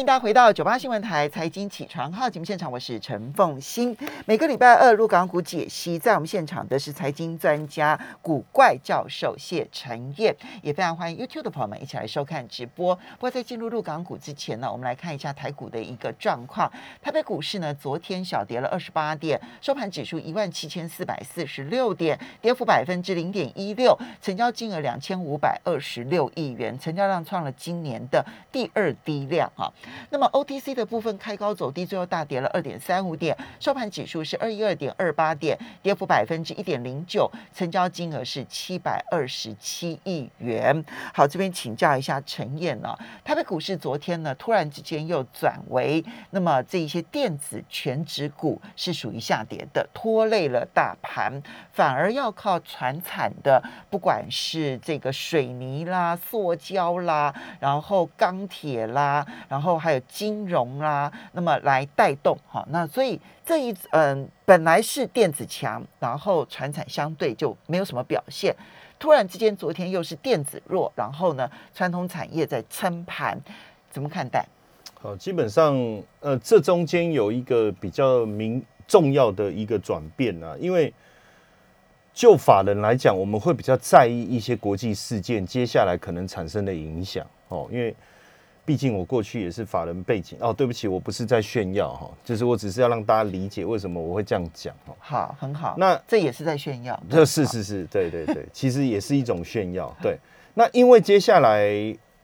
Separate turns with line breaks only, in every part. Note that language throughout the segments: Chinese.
欢迎大家回到九八新闻台财经起床号节目现场，我是陈凤欣。每个礼拜二入港股解析，在我们现场的是财经专家古怪教授谢晨燕，也非常欢迎 YouTube 的朋友们一起来收看直播。不过在进入入港股之前呢，我们来看一下台股的一个状况。台北股市呢，昨天小跌了二十八点，收盘指数一万七千四百四十六点，跌幅百分之零点一六，成交金额两千五百二十六亿元，成交量创了今年的第二低量哈、那么 OTC 的部分开高走低，最后大跌了二点三五点，收盘指数是二一二点二八点，跌幅百分之一点零九，成交金额是七百二十七亿元。好，这边请教一下陈燕呢、哦台北股市昨天呢突然之间又转为，那么这一些电子全指股是属于下跌的，拖累了大盘，反而要靠船产的，不管是这个水泥啦、塑胶啦，然后钢铁啦，然后还有金融啦，那么来带动哈。那所以这一嗯、本来是电子强，然后船产相对就没有什么表现，突然之间昨天又是电子弱，然后呢传统产业在撑盘，怎么看待？
好，基本上呃，这中间有一个比较明重要的一个转变啊，因为就法人来讲，我们会比较在意一些国际事件接下来可能产生的影响哦，因为毕竟我过去也是法人背景哦。对不起，我不是在炫耀哈、就是我只是要让大家理解为什么我会这样讲哦。
好，很好，
那
这也是在炫耀。
这是是是，对对对，其实也是一种炫耀。对，那因为接下来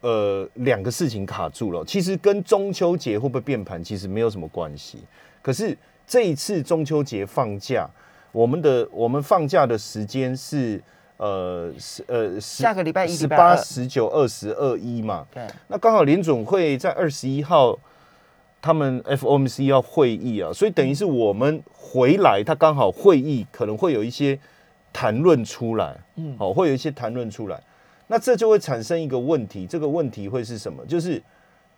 呃两个事情卡住了，其实跟中秋节会不会变盘其实没有什么关系。可是这一次中秋节放假，我们的我们放假的时间是呃十呃十
下个礼拜一
十
礼拜二
八、十九、二十、二一嘛，
对，
那刚好联总会在二十一号，他们 FOMC 要会议啊，所以等于是我们回来，他刚好会议可能会有一些谈论出来，
嗯
好、会有一些谈论出来。那这就会产生一个问题，这个问题会是什么？就是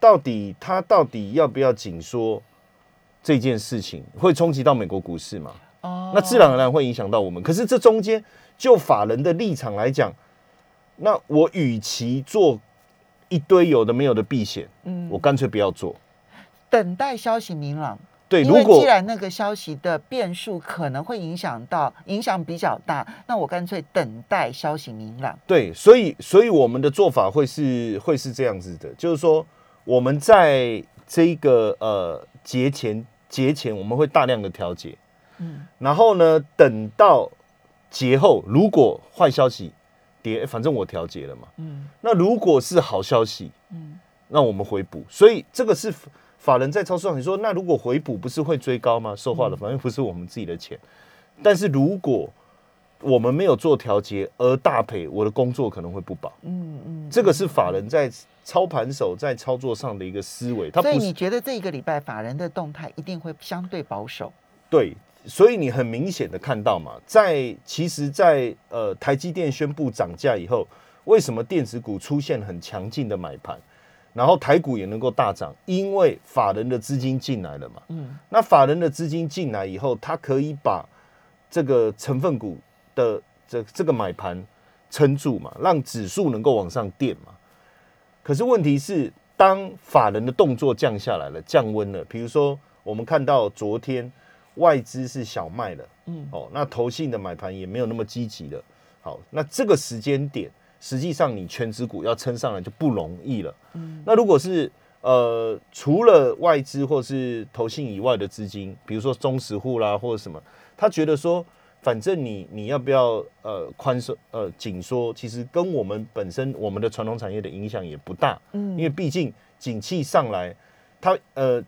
到底他到底要不要紧缩这件事情，会冲击到美国股市嘛？
哦
那自然而然会影响到我们。可是这中间，就法人的立场来讲，那我与其做一堆有的没有的避险，
嗯
我干脆不要做。
等待消息明朗。
对，
因
如
为
果
既然那个消息的变数可能会影响到，影响比较大，那我干脆等待消息明朗。
对，所以所以我们的做法会是会是这样子的，就是说我们在这一个呃节前节前我们会大量的调节，
嗯，
然后呢，等到节后如果坏消息跌，反正我调节了嘛，
嗯
那如果是好消息，
嗯，
那我们回补，所以这个是法法人在操作上，你说那如果回补不是会追高吗？说话了，反正不是我们自己的钱，但是如果我们没有做调节而大赔，我的工作可能会不保。
嗯嗯。
这个是法人在操盘手在操作上的一个思维，他
所以
不
你
是
觉得这一个礼拜法人的动态一定会相对保守？
对，所以你很明显的看到嘛，在其实在，呃台积电宣布涨价以后，为什么电子股出现很强劲的买盘，然后台股也能够大涨？因为法人的资金进来了嘛。
嗯
那法人的资金进来以后，他可以把这个成分股的这这个买盘撑住嘛，让指数能够往上垫嘛。可是问题是，当法人的动作降下来了，降温了，比如说我们看到昨天外资是小卖了，
嗯
哦，那投信的买盘也没有那么积极了。好，那这个时间点，实际上你全指股要撑上来就不容易了。
嗯
那如果是呃，除了外资或是投信以外的资金，比如说中实户啦或者什么，他觉得说，反正你你要不要呃宽松呃紧缩，其实跟我们本身我们的传统产业的影响也不大，因
嗯，
为毕竟景气上来，它呃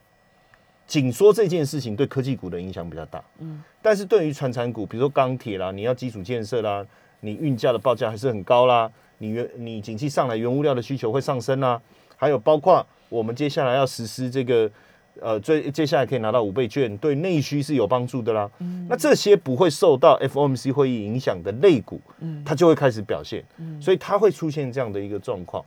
紧缩这件事情对科技股的影响比较大。
嗯，
但是对于传产股，比如说钢铁啦，你要基础建设啦，你运价的报价还是很高啦，你原你景气上来，原物料的需求会上升啦，还有包括我们接下来要实施这个。呃，最接下来可以拿到五倍券，对内需是有帮助的啦。
嗯
那这些不会受到 FOMC 会议影响的类股，
嗯
它就会开始表现，所以它会出现这样的一个状况。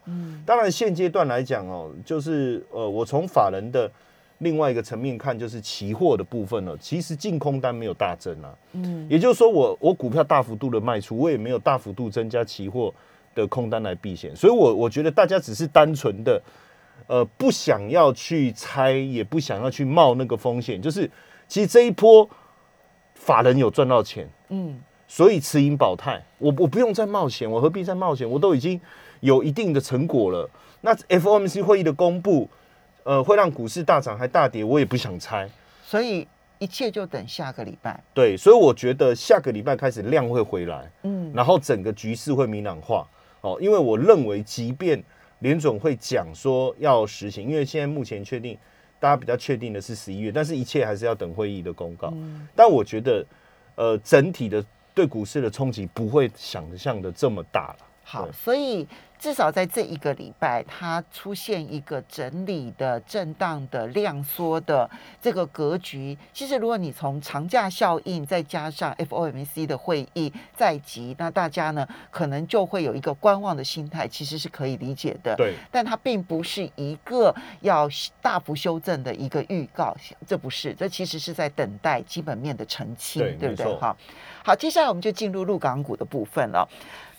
当然，现阶段来讲哦，就是呃，我从法人的另外一个层面看，就是期货的部分呢、哦其实净空单没有大增啊，嗯，也就是说我我股票大幅度的卖出，我也没有大幅度增加期货的空单来避险，所以我我觉得大家只是单纯的呃不想要去猜，也不想要去冒那个风险，就是其实这一波法人有赚到钱，
嗯，
所以持盈保泰，我我不用再冒险，我何必再冒险？我都已经有一定的成果了。那 FOMC 会议的公布，呃，会让股市大涨还大跌，我也不想猜。
所以一切就等下个礼拜。
对，所以我觉得下个礼拜开始量会回来，
嗯，
然后整个局势会明朗化。哦，因为我认为，即便联总会讲说要实行，因为现在目前确定，大家比较确定的是十一月，但是一切还是要等会议的公
嗯
告。但我觉得，呃，整体的对股市的冲击不会想象的这么大了。
好，
对
所以至少在这一个礼拜，它出现一个整理的、震荡的、量缩的这个格局。其实，如果你从长假效应再加上 FOMC 的会议在即，那大家呢可能就会有一个观望的心态，其实是可以理解的。
对，
但它并不是一个要大幅修正的一个预告，这不是，这其实是在等待基本面的澄清，
对
对不对
没？错
哈，好，接下来我们就进入陆港股的部分了。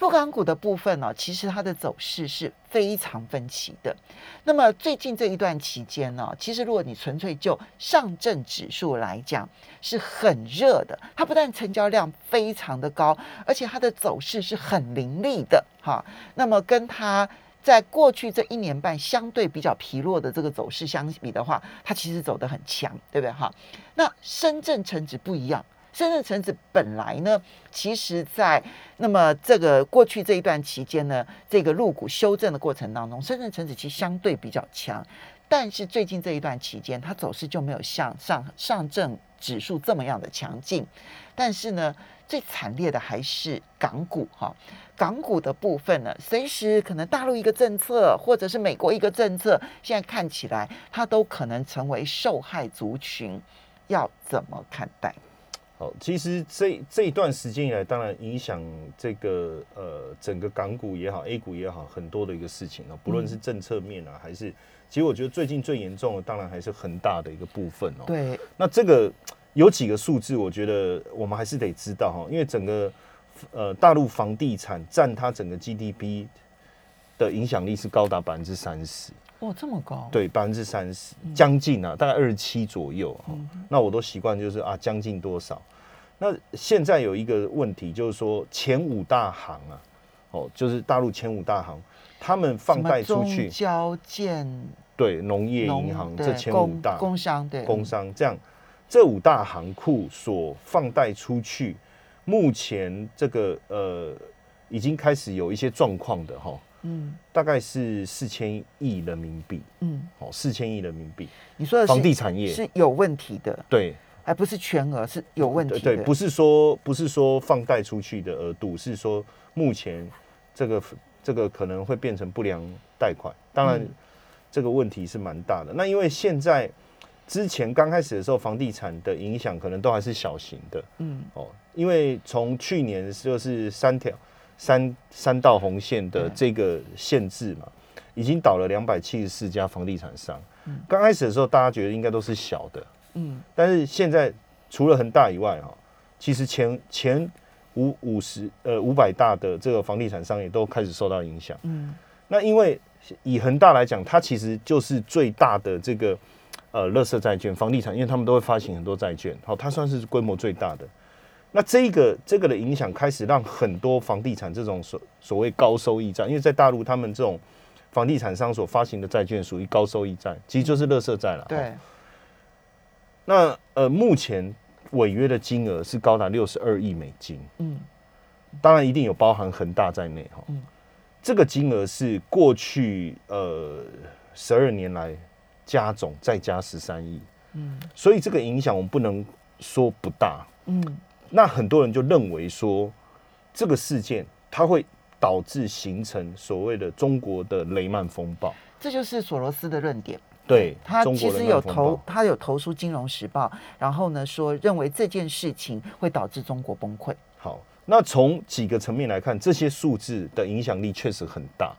陆港股的部分呢、其实它的走势是非常分歧的。那么最近这一段期间呢、其实如果你纯粹就上证指数来讲，是很热的。它不但成交量非常的高，而且它的走势是很凌厉的哈。那么跟它在过去这一年半相对比较疲弱的这个走势相比的话，它其实走得很强，对不对哈？那深圳成指不一样，深圳成指本来呢，其实在那么这个过去这一段期间呢，这个入股修正的过程当中，深圳成指其实相对比较强，但是最近这一段期间，它走势就没有像上上证指数这么样的强劲，但是呢，最惨烈的还是港股哈、港股的部分呢，随时可能大陆一个政策，或者是美国一个政策，现在看起来它都可能成为受害族群，要怎么看待？
好，其实这这一段时间以来，当然影响这个呃整个港股也好，A 股也好，很多的一个事情啊，不论是政策面啊，还是其实我觉得最近最严重的，当然还是恒大的一个部分哦。
对，
那这个有几个数字，我觉得我们还是得知道哈，因为整个呃大陆房地产占它整个 GDP 的影响力是高达百分之三十。
哇，这么高，，
对，百分之三十，
嗯
将近啊，大概二十七左右、哦那我都习惯就是啊，将近多少？那现在有一个问题，就是说前五大行啊，哦，就是大陆前五大行，他们放贷出去，
交建、
对，农业
农
银行
对
这前五
工
大
工商对
工商这样，这五大行库所放贷出去，目前这个呃已经开始有一些状况的哈、哦，
嗯
大概是四千亿人民币，
嗯，
哦，四千亿人民币。
你说的是
房地产业
是有问题的，
对
而不是全额是有问题
对
的，
对，不是说不是说放贷出去的额度，是说目前这个这个可能会变成不良贷款，当然
嗯
这个问题是蛮大的。那因为现在之前刚开始的时候，房地产的影响可能都还是小型的
嗯
哦，因为从去年就是三条三三道红线
嗯
的这个限制嘛，已经倒了两百七十四家房地产商
嗯。
刚开始的时候，大家觉得应该都是小的。
嗯
但是现在除了恒大以外，哈，其实前前五五十呃五百大的这个房地产商也都开始受到影响。
嗯
那因为以恒大来讲，它其实就是最大的这个呃垃圾债券房地产，因为他们都会发行很多债券，好、它算是规模最大的。那这个这个的影响开始让很多房地产这种所所谓高收益债，因为在大陆他们这种房地产商所发行的债券属于高收益债，其实就是垃圾债了。哦
对，
那呃，目前违约的金额是高达六十二亿美金，
嗯
当然一定有包含恒大在内哈。
嗯
这个金额是过去呃十二年来加总再加十三亿，
嗯
所以这个影响我们不能说不大。
嗯
那很多人就认为说，这个事件它会导致形成所谓的中国的雷曼风暴。
这就是索罗斯的论点。
对，
他
中
其
国
实
雷
有
曼风
投
暴，。
他有投诉《金融时报》，然后呢说认为这件事情会导致中国崩溃。
好，那从几个层面来看，这些数字的影响力确实很大，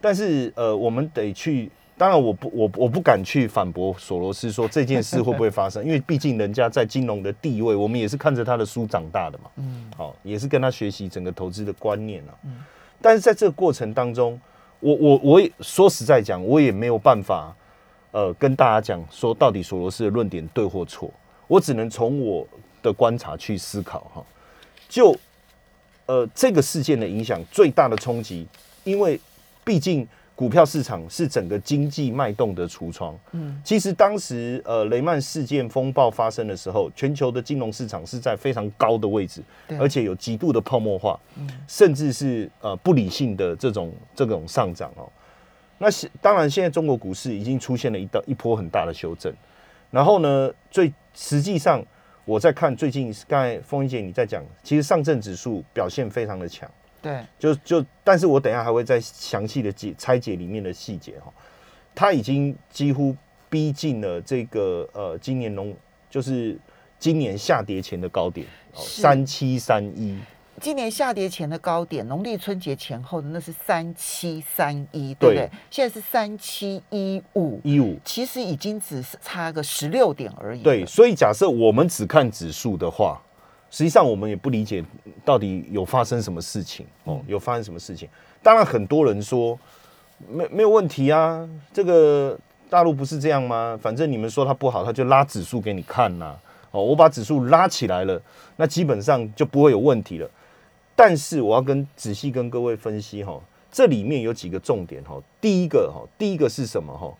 但是呃，我们得去，当然我不我我不敢去反驳索罗斯说这件事会不会发生， 因为毕竟人家在金融的地位，我们也是看着他的书长大的嘛，
嗯
好、也是跟他学习整个投资的观念啊。
嗯
但是在这个过程当中，我我我也说实在讲，我也没有办法，呃，跟大家讲说到底索罗斯的论点对或错，我只能从我的观察去思考哈。就呃这个事件的影响最大的冲击，因为毕竟股票市场是整个经济脉动的橱窗。嗯，其实当时呃雷曼事件风暴发生的时候，全球的金融市场是在非常高的位置
对，
而且有极度的泡沫化，甚至是呃不理性的这种这种上涨哦。那现当然，现在中国股市已经出现了一道一波很大的修正。然后呢，最实际上我在看最近，刚才风一姐你在讲，其实上证指数表现非常的强，
对，
就就，但是我等一下还会再详细的解拆解里面的细节哈。它已经几乎逼近了这个呃，今年农就是今年下跌前的高点，哦
是
三七三一，
今年下跌前的高点，农历春节前后的那是三七三一，对不对
对？
现在是三七一五，
一五
其实已经只是差个十六点而已。啊
对，，所以假设我们只看指数的话，实际上我们也不理解到底有发生什么事情
嗯
哦，有发生什么事情。当然，很多人说没没有问题啊，这个大陆不是这样吗？反正你们说它不好，它就拉指数给你看呐、哦，我把指数拉起来了，那基本上就不会有问题了。但是我要跟仔细跟各位分析哈、这里面有几个重点哈、第一个哈、第一个是什么哈、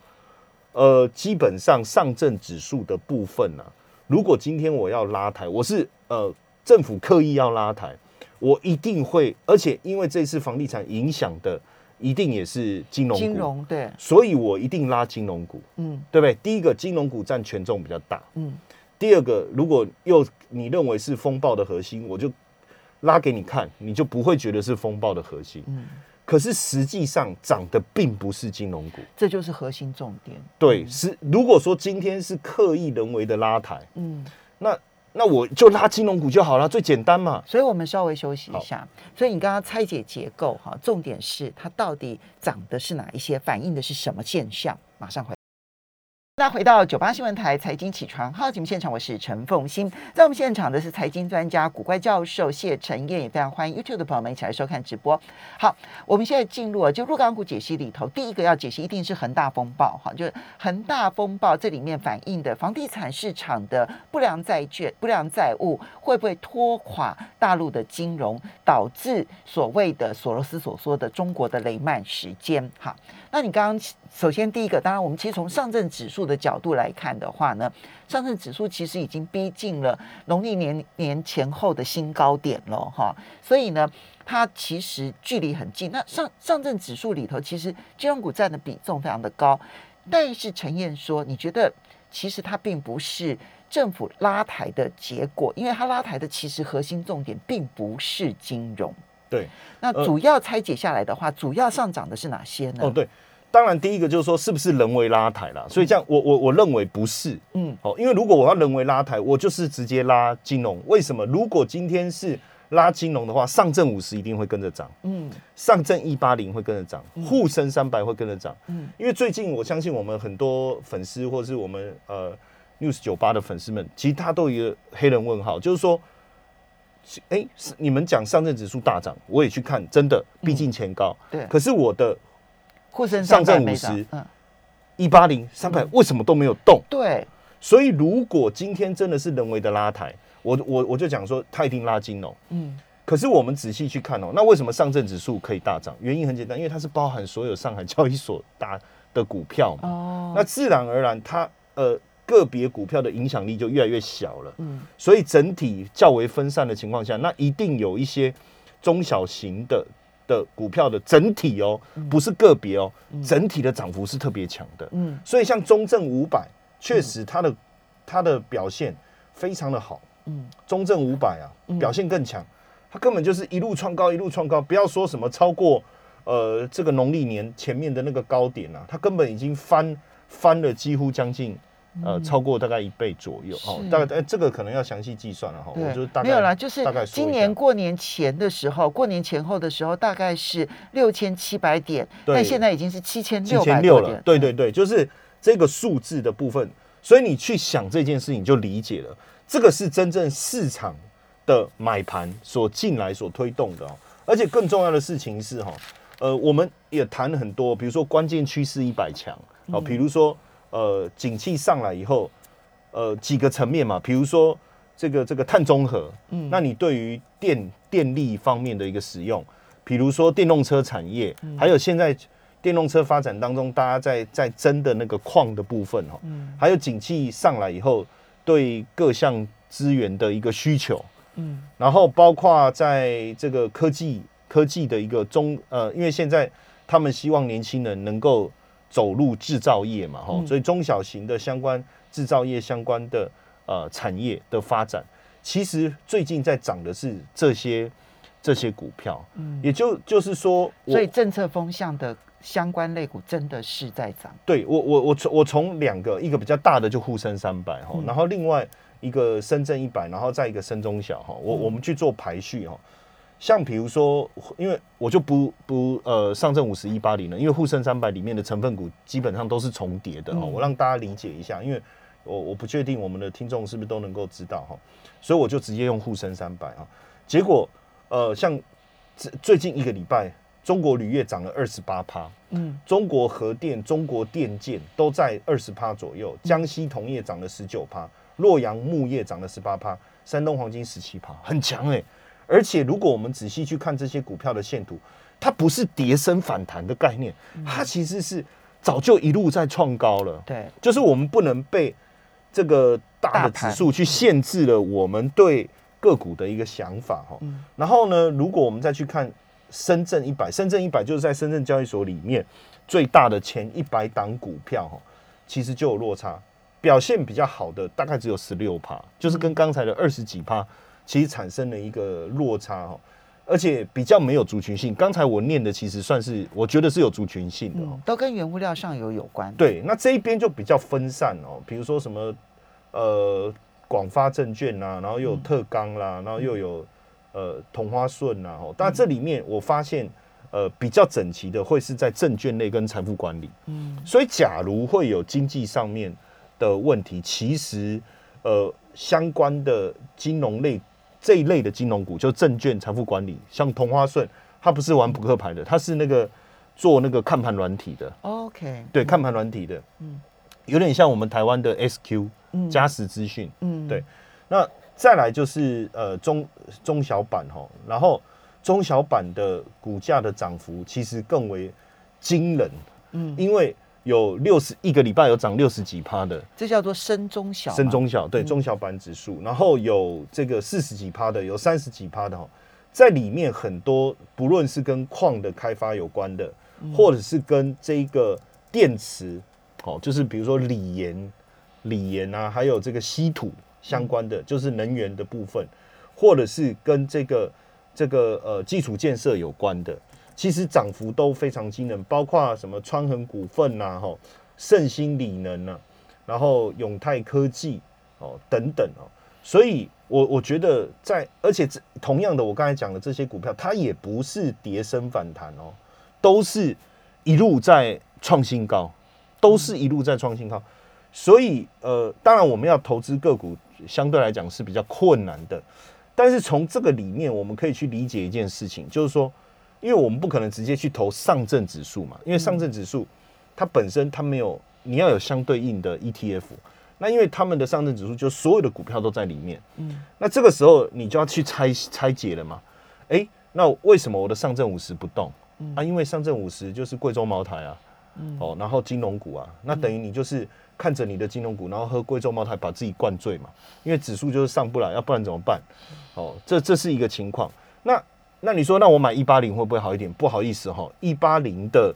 呃，基本上上证指数的部分呢、如果今天我要拉抬，我是呃政府刻意要拉抬，我一定会，而且因为这次房地产影响的一定也是金融股，
金融对，
所以我一定拉金融股，
嗯
对不对？第一个，金融股占权重比较大，
嗯，
第二个，如果又你认为是风暴的核心，我就拉给你看，你就不会觉得是风暴的核心。
嗯
可是实际上涨的并不是金融股，
这就是核心重点。
对，是如果说今天是刻意人为的拉抬，
嗯，
那那我就拉金融股就好了，最简单嘛。
所以我们稍微休息一下。所以你刚刚拆解结构哈，重点是它到底长的是哪一些，反映的是什么现象？马上回来。那回到九八新闻台财经起床号节目现场，我是陈凤欣，在我们现场的是财经专家古怪教授谢晨燕，也非常欢迎 YouTube 的朋友们一起来收看直播。好，我们现在进入了就陆港股解析里头，第一个要解析一定是恒大风暴哈，就是恒大风暴这里面反映的房地产市场的不良债券、不良债务会不会拖垮大陆的金融，导致所谓的索罗斯所说的中国的雷曼时间哈。那你刚刚首先第一个，当然我们其实从上证指数的角度来看的话呢，上证指数其实已经逼近了农历年年前后的新高点了哈，所以呢，它其实距离很近。那上上证指数里头，其实金融股占的比重非常的高，但是陈燕说，你觉得其实它并不是政府拉抬的结果，因为它拉抬的其实核心重点并不是金融。
对，
那主要拆解下来的话，主要上涨的是哪些呢？
呃哦，对，当然第一个就是说是不是人为拉抬啦，所以这样我我我认为不是，
嗯，
哦，因为如果我要人为拉抬，我就是直接拉金融。为什么？如果今天是拉金融的话，上证五十一定会跟着涨，
嗯
上证一八零会跟着涨，沪深三百会跟着涨。
嗯
因为最近我相信我们很多粉丝或是我们呃 news 酒吧的粉丝们，其实他都有一个黑人问号，就是说，哎、是你们讲上证指数大涨，我也去看，真的，毕竟前高。
嗯对
可是我的
沪深
上证
300没
50
涨嗯，
一八零、三百为什么都没有动？
对，
所以如果今天真的是人为的拉抬，我我我就讲说他一定拉金融。
嗯
可是我们仔细去看哦，那为什么上证指数可以大涨？原因很简单，因为它是包含所有上海交易所大的股票嘛。
哦，
那自然而然它，呃个别股票的影响力就越来越小了。
嗯
所以整体较为分散的情况下，那一定有一些中小型的的股票的整体哦，不是个别哦，整体的涨幅是特别强的。
嗯
所以像中证五百，确实它的、它的表现非常的好。
嗯
中证五百啊，表现更强，它根本就是一路创高，一路创高，不要说什么超过呃这个农历年前面的那个高点啊，它根本已经翻翻了几乎将近呃超过大概一倍左右哦
嗯是，
大概、呃、这个可能要详细计算了哈，我就
对
大，概
没有啦，就是
大概说一
今
下
年过年前的时候，过年前后的时候大概是六千七百点，
对
但现在已经是七千
七
六百
千
多
六
点
了，，对对对，就是这个数字的部分，所以你去想这件事情就理解了，这个是真正市场的买盘所进来所推动的哦。而且更重要的事情是哈、呃，我们也谈了很多，比如说关键趋势一百强，
嗯
好、比如说呃，景气上来以后，呃，几个层面嘛，比如说这个这个碳中和，嗯，那你对于电电力方面的一个使用，比如说电动车产业，还有现在电动车发展当中，大家在在争的那个矿的部分哦，还有景气上来以后对各项资源的一个需求，
嗯，
然后包括在这个科技科技的一个中呃，因为现在他们希望年轻人能够走入制造业嘛，
嗯
哈、所以中小型的相关制造业相关的呃产业的发展，其实最近在涨的是这些这些股票，嗯，也就就是说我，
所以政策风向的相关类股真的是在涨。
对我我我从我从两个，一个比较大的就沪深三百哈，然后另外一个深圳一百，然后再一个深中小哈，我我们去做排序哈。像比如说，因为我就不不呃上证五十一八零了，因为沪深三百里面的成分股基本上都是重叠的哈、我让大家理解一下，因为我我不确定我们的听众是不是都能够知道哈、所以我就直接用沪深三百哈。结果呃像最最近一个礼拜，中国铝业涨了二十八趴，
嗯
中国核电、中国电建都在二十趴左右，江西铜业涨了十九趴，洛阳木业涨了十八趴，山东黄金十七趴，很强哎、而且如果我们仔细去看这些股票的线图，它不是跌升反弹的概念，它其实是早就一路在创高了。
对，
就是我们不能被这个大
大
的
盘
指数去限制了我们对个股的一个想法哈。
嗯
然后呢，如果我们再去看深圳一百，深圳一百就是在深圳交易所里面最大的前一百档股票哈，其实就有落差，表现比较好的大概只有十六趴，就是跟刚才的二十几趴，其实产生了一个落差哈。而且比较没有族群性，刚才我念的其实算是，我觉得是有族群性的、哦。
嗯，都跟原物料上游有关。，
对，那这一边就比较分散哦，比如说什么呃广发证券啦、然后又有特钢啦、然后又有呃同花顺啦、哦，但这里面我发现呃比较整齐的会是在证券类跟财富管理，
嗯
所以假如会有经济上面的问题，其实呃相关的金融类这一类的金融股，就证券、财富管理，像同花顺，它不是玩扑克牌的，它是那个做那个看盘软体的。
，OK，
对，看盘软体的，
嗯
嗯，有点像我们台湾的 SQ
嗯
嘉实资讯。
嗯
对那再来就是呃中中小板吼，然后中小板的股价的涨幅其实更为惊人，
嗯
因为有六十一个礼拜有涨六十几趴的
这叫做深中小嘛，
深中小，对中小板指数，然后有这个四十几趴的，有三十几趴的吼，在里面很多不论是跟矿的开发有关的，或者是跟这一个电池，哦，就是比如说锂盐、锂盐啊，还有这个稀土相关的，就是能源的部分，或者是跟这个这个呃基础建设有关的，其实涨幅都非常惊人，包括什么川恒股份呐、啊，吼、盛兴锂能啊呐、然后永泰科技哦等等哦，所以我我觉得在，而且这同样的，我刚才讲的这些股票，它也不是跌升反弹哦，都是一路在创新高，都是一路在创新高。所以呃，当然我们要投资个股，相对来讲是比较困难的。但是从这个里面，我们可以去理解一件事情，就是说，因为我们不可能直接去投上证指数嘛，因为上证指数它本身它没有，你要有相对应的 ETF。那因为他们的上证指数就所有的股票都在里面，
嗯，
那这个时候你就要去拆拆解了嘛。诶，那为什么我的上证五十不动？啊，因为上证五十就是贵州茅台啊，哦，然后金融股啊，那等于你就是看着你的金融股，然后喝贵州茅台把自己灌醉嘛，因为指数就是上不来，要不然怎么办？哦，这这是一个情况。那那你说，那我买一八零会不会好一点？不好意思哈、哦，一八零的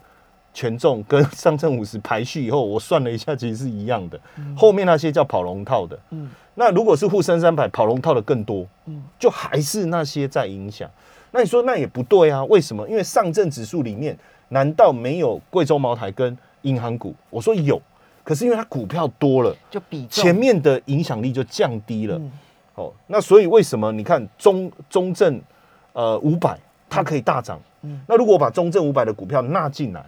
权重跟 上证五十排序以后，我算了一下，其实是一样的。 后面那些叫跑龙套的，
嗯
那如果是沪深三百跑龙套的更多，
嗯
就还是那些在影响。那你说那也不对啊？为什么？因为上证指数里面难道没有贵州茅台跟银行股？我说有，可是因为它股票多了，
就比重
前面的影响力就降低了。
嗯
哦，那所以为什么你看中中证呃五百它可以大涨？
嗯
那如果我把中证五百的股票纳进来，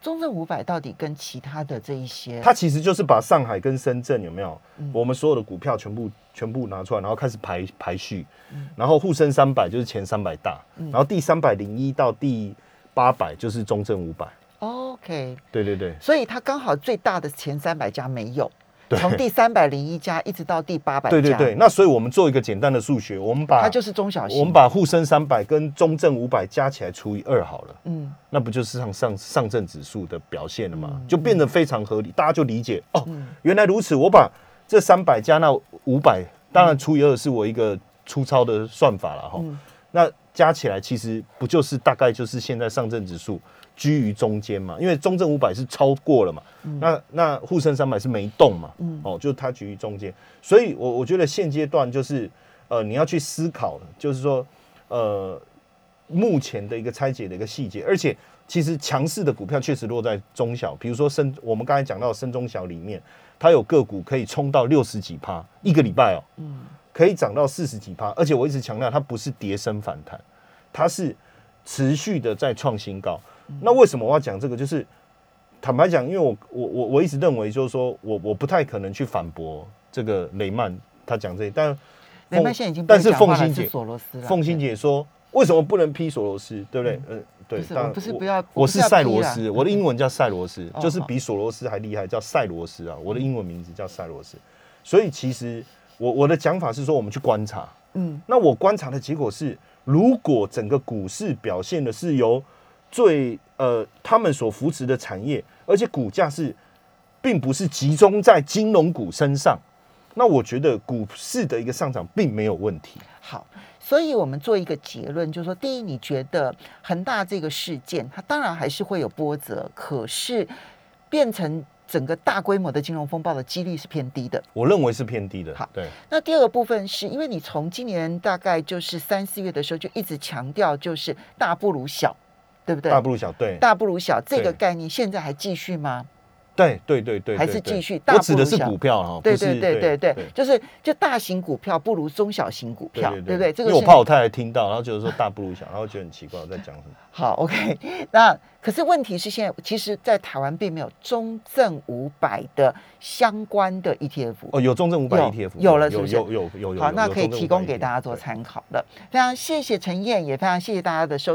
中证五百到底跟其他的这一些，
它其实就是把上海跟深圳有没有，
嗯
我们所有的股票全部全部拿出来，然后开始排
嗯
排序，然后沪深三百就是前三百大，然后第三百零一到第八百就是中证五百。
OK，
对对对，
所以它刚好最大的前三百家没有，从第三百零一家一直到第八百家，
对对对。，那所以我们做一个简单的数学，我们把
它就是中小型。
啊我们把沪深三百跟中证五百加起来除以二好了，
嗯，
那不就是上上上证指数的表现了吗？就变得非常合理，大家就理解哦，原来如此。我把这三百加那五百，当然除以二是我一个粗糙的算法了哈。那加起来其实不就是大概就是现在上证指数居于中间嘛？因为中证五百是超过了嘛，那那沪深三百是没动嘛，哦，就它居于中间。所以我我觉得现阶段就是呃，你要去思考，就是说呃，目前的一个拆解的一个细节，而且其实强势的股票确实落在中小，比如说深，我们刚才讲到深中小里面，它有个股可以冲到六十几趴一个礼拜哦，可以涨到四十几趴，而且我一直强调它不是跌升反弹，它是持续的在创新高。那为什么我要讲这个？就是坦白讲，因为我我我我一直认为就是说我我不太可能去反驳这个雷曼他讲这些，但
雷曼
凤
现在已经不
但
会
是
讲话
凤
了
欣
是啊
姐
索罗斯了，
凤欣姐说，为什么不能批索罗斯？对不对？嗯，对，
不是
当然
我不是
我
不要我
我
不是
是
要
赛
批
罗
啦
斯， 我的英文叫赛罗斯，
哦
就是比索罗斯还厉害，叫赛罗斯啊，我的英文名字叫赛罗斯。所以其实我我的讲法是说，我们去观察，
嗯，
那我观察的结果是，如果整个股市表现的是由最呃他们所扶持的产业，而且股价是并不是集中在金融股身上，那我觉得股市的一个上涨并没有问题。
好，所以我们做一个结论，就是说，第一，你觉得恒大这个事件，它当然还是会有波折，可是变成整个大规模的金融风暴的几率是偏低的。
我认为是偏低的。
好
对，
那第二个部分是因为你从今年大概就是三四月的时候就一直强调，就是大不如小，对不对？
大不如小，对，
大不如小这个
对
概念现在还继续吗？
对对对对，
还是
对对
继续大
我
不
指的
如
是
小
股票啊，
对
不是
对对对对，
对
就是就大型股票不如中小型股票，对不对？这
因
个
为我
是
怕我太太听到，然后觉得说大不如小，然后觉得很奇怪我在讲什么。
好，OK 那。可是问题是，现在其实，在台湾并没有中证五百的相关的 E ETF。
哦，有中证五百
有
ETF，
有了是
有
不是
有有有有。
好，
有 E
那可以提供给大家。
有中证
做
500 ETF
参考了。非常谢谢陈燕，也非常谢谢大家的收。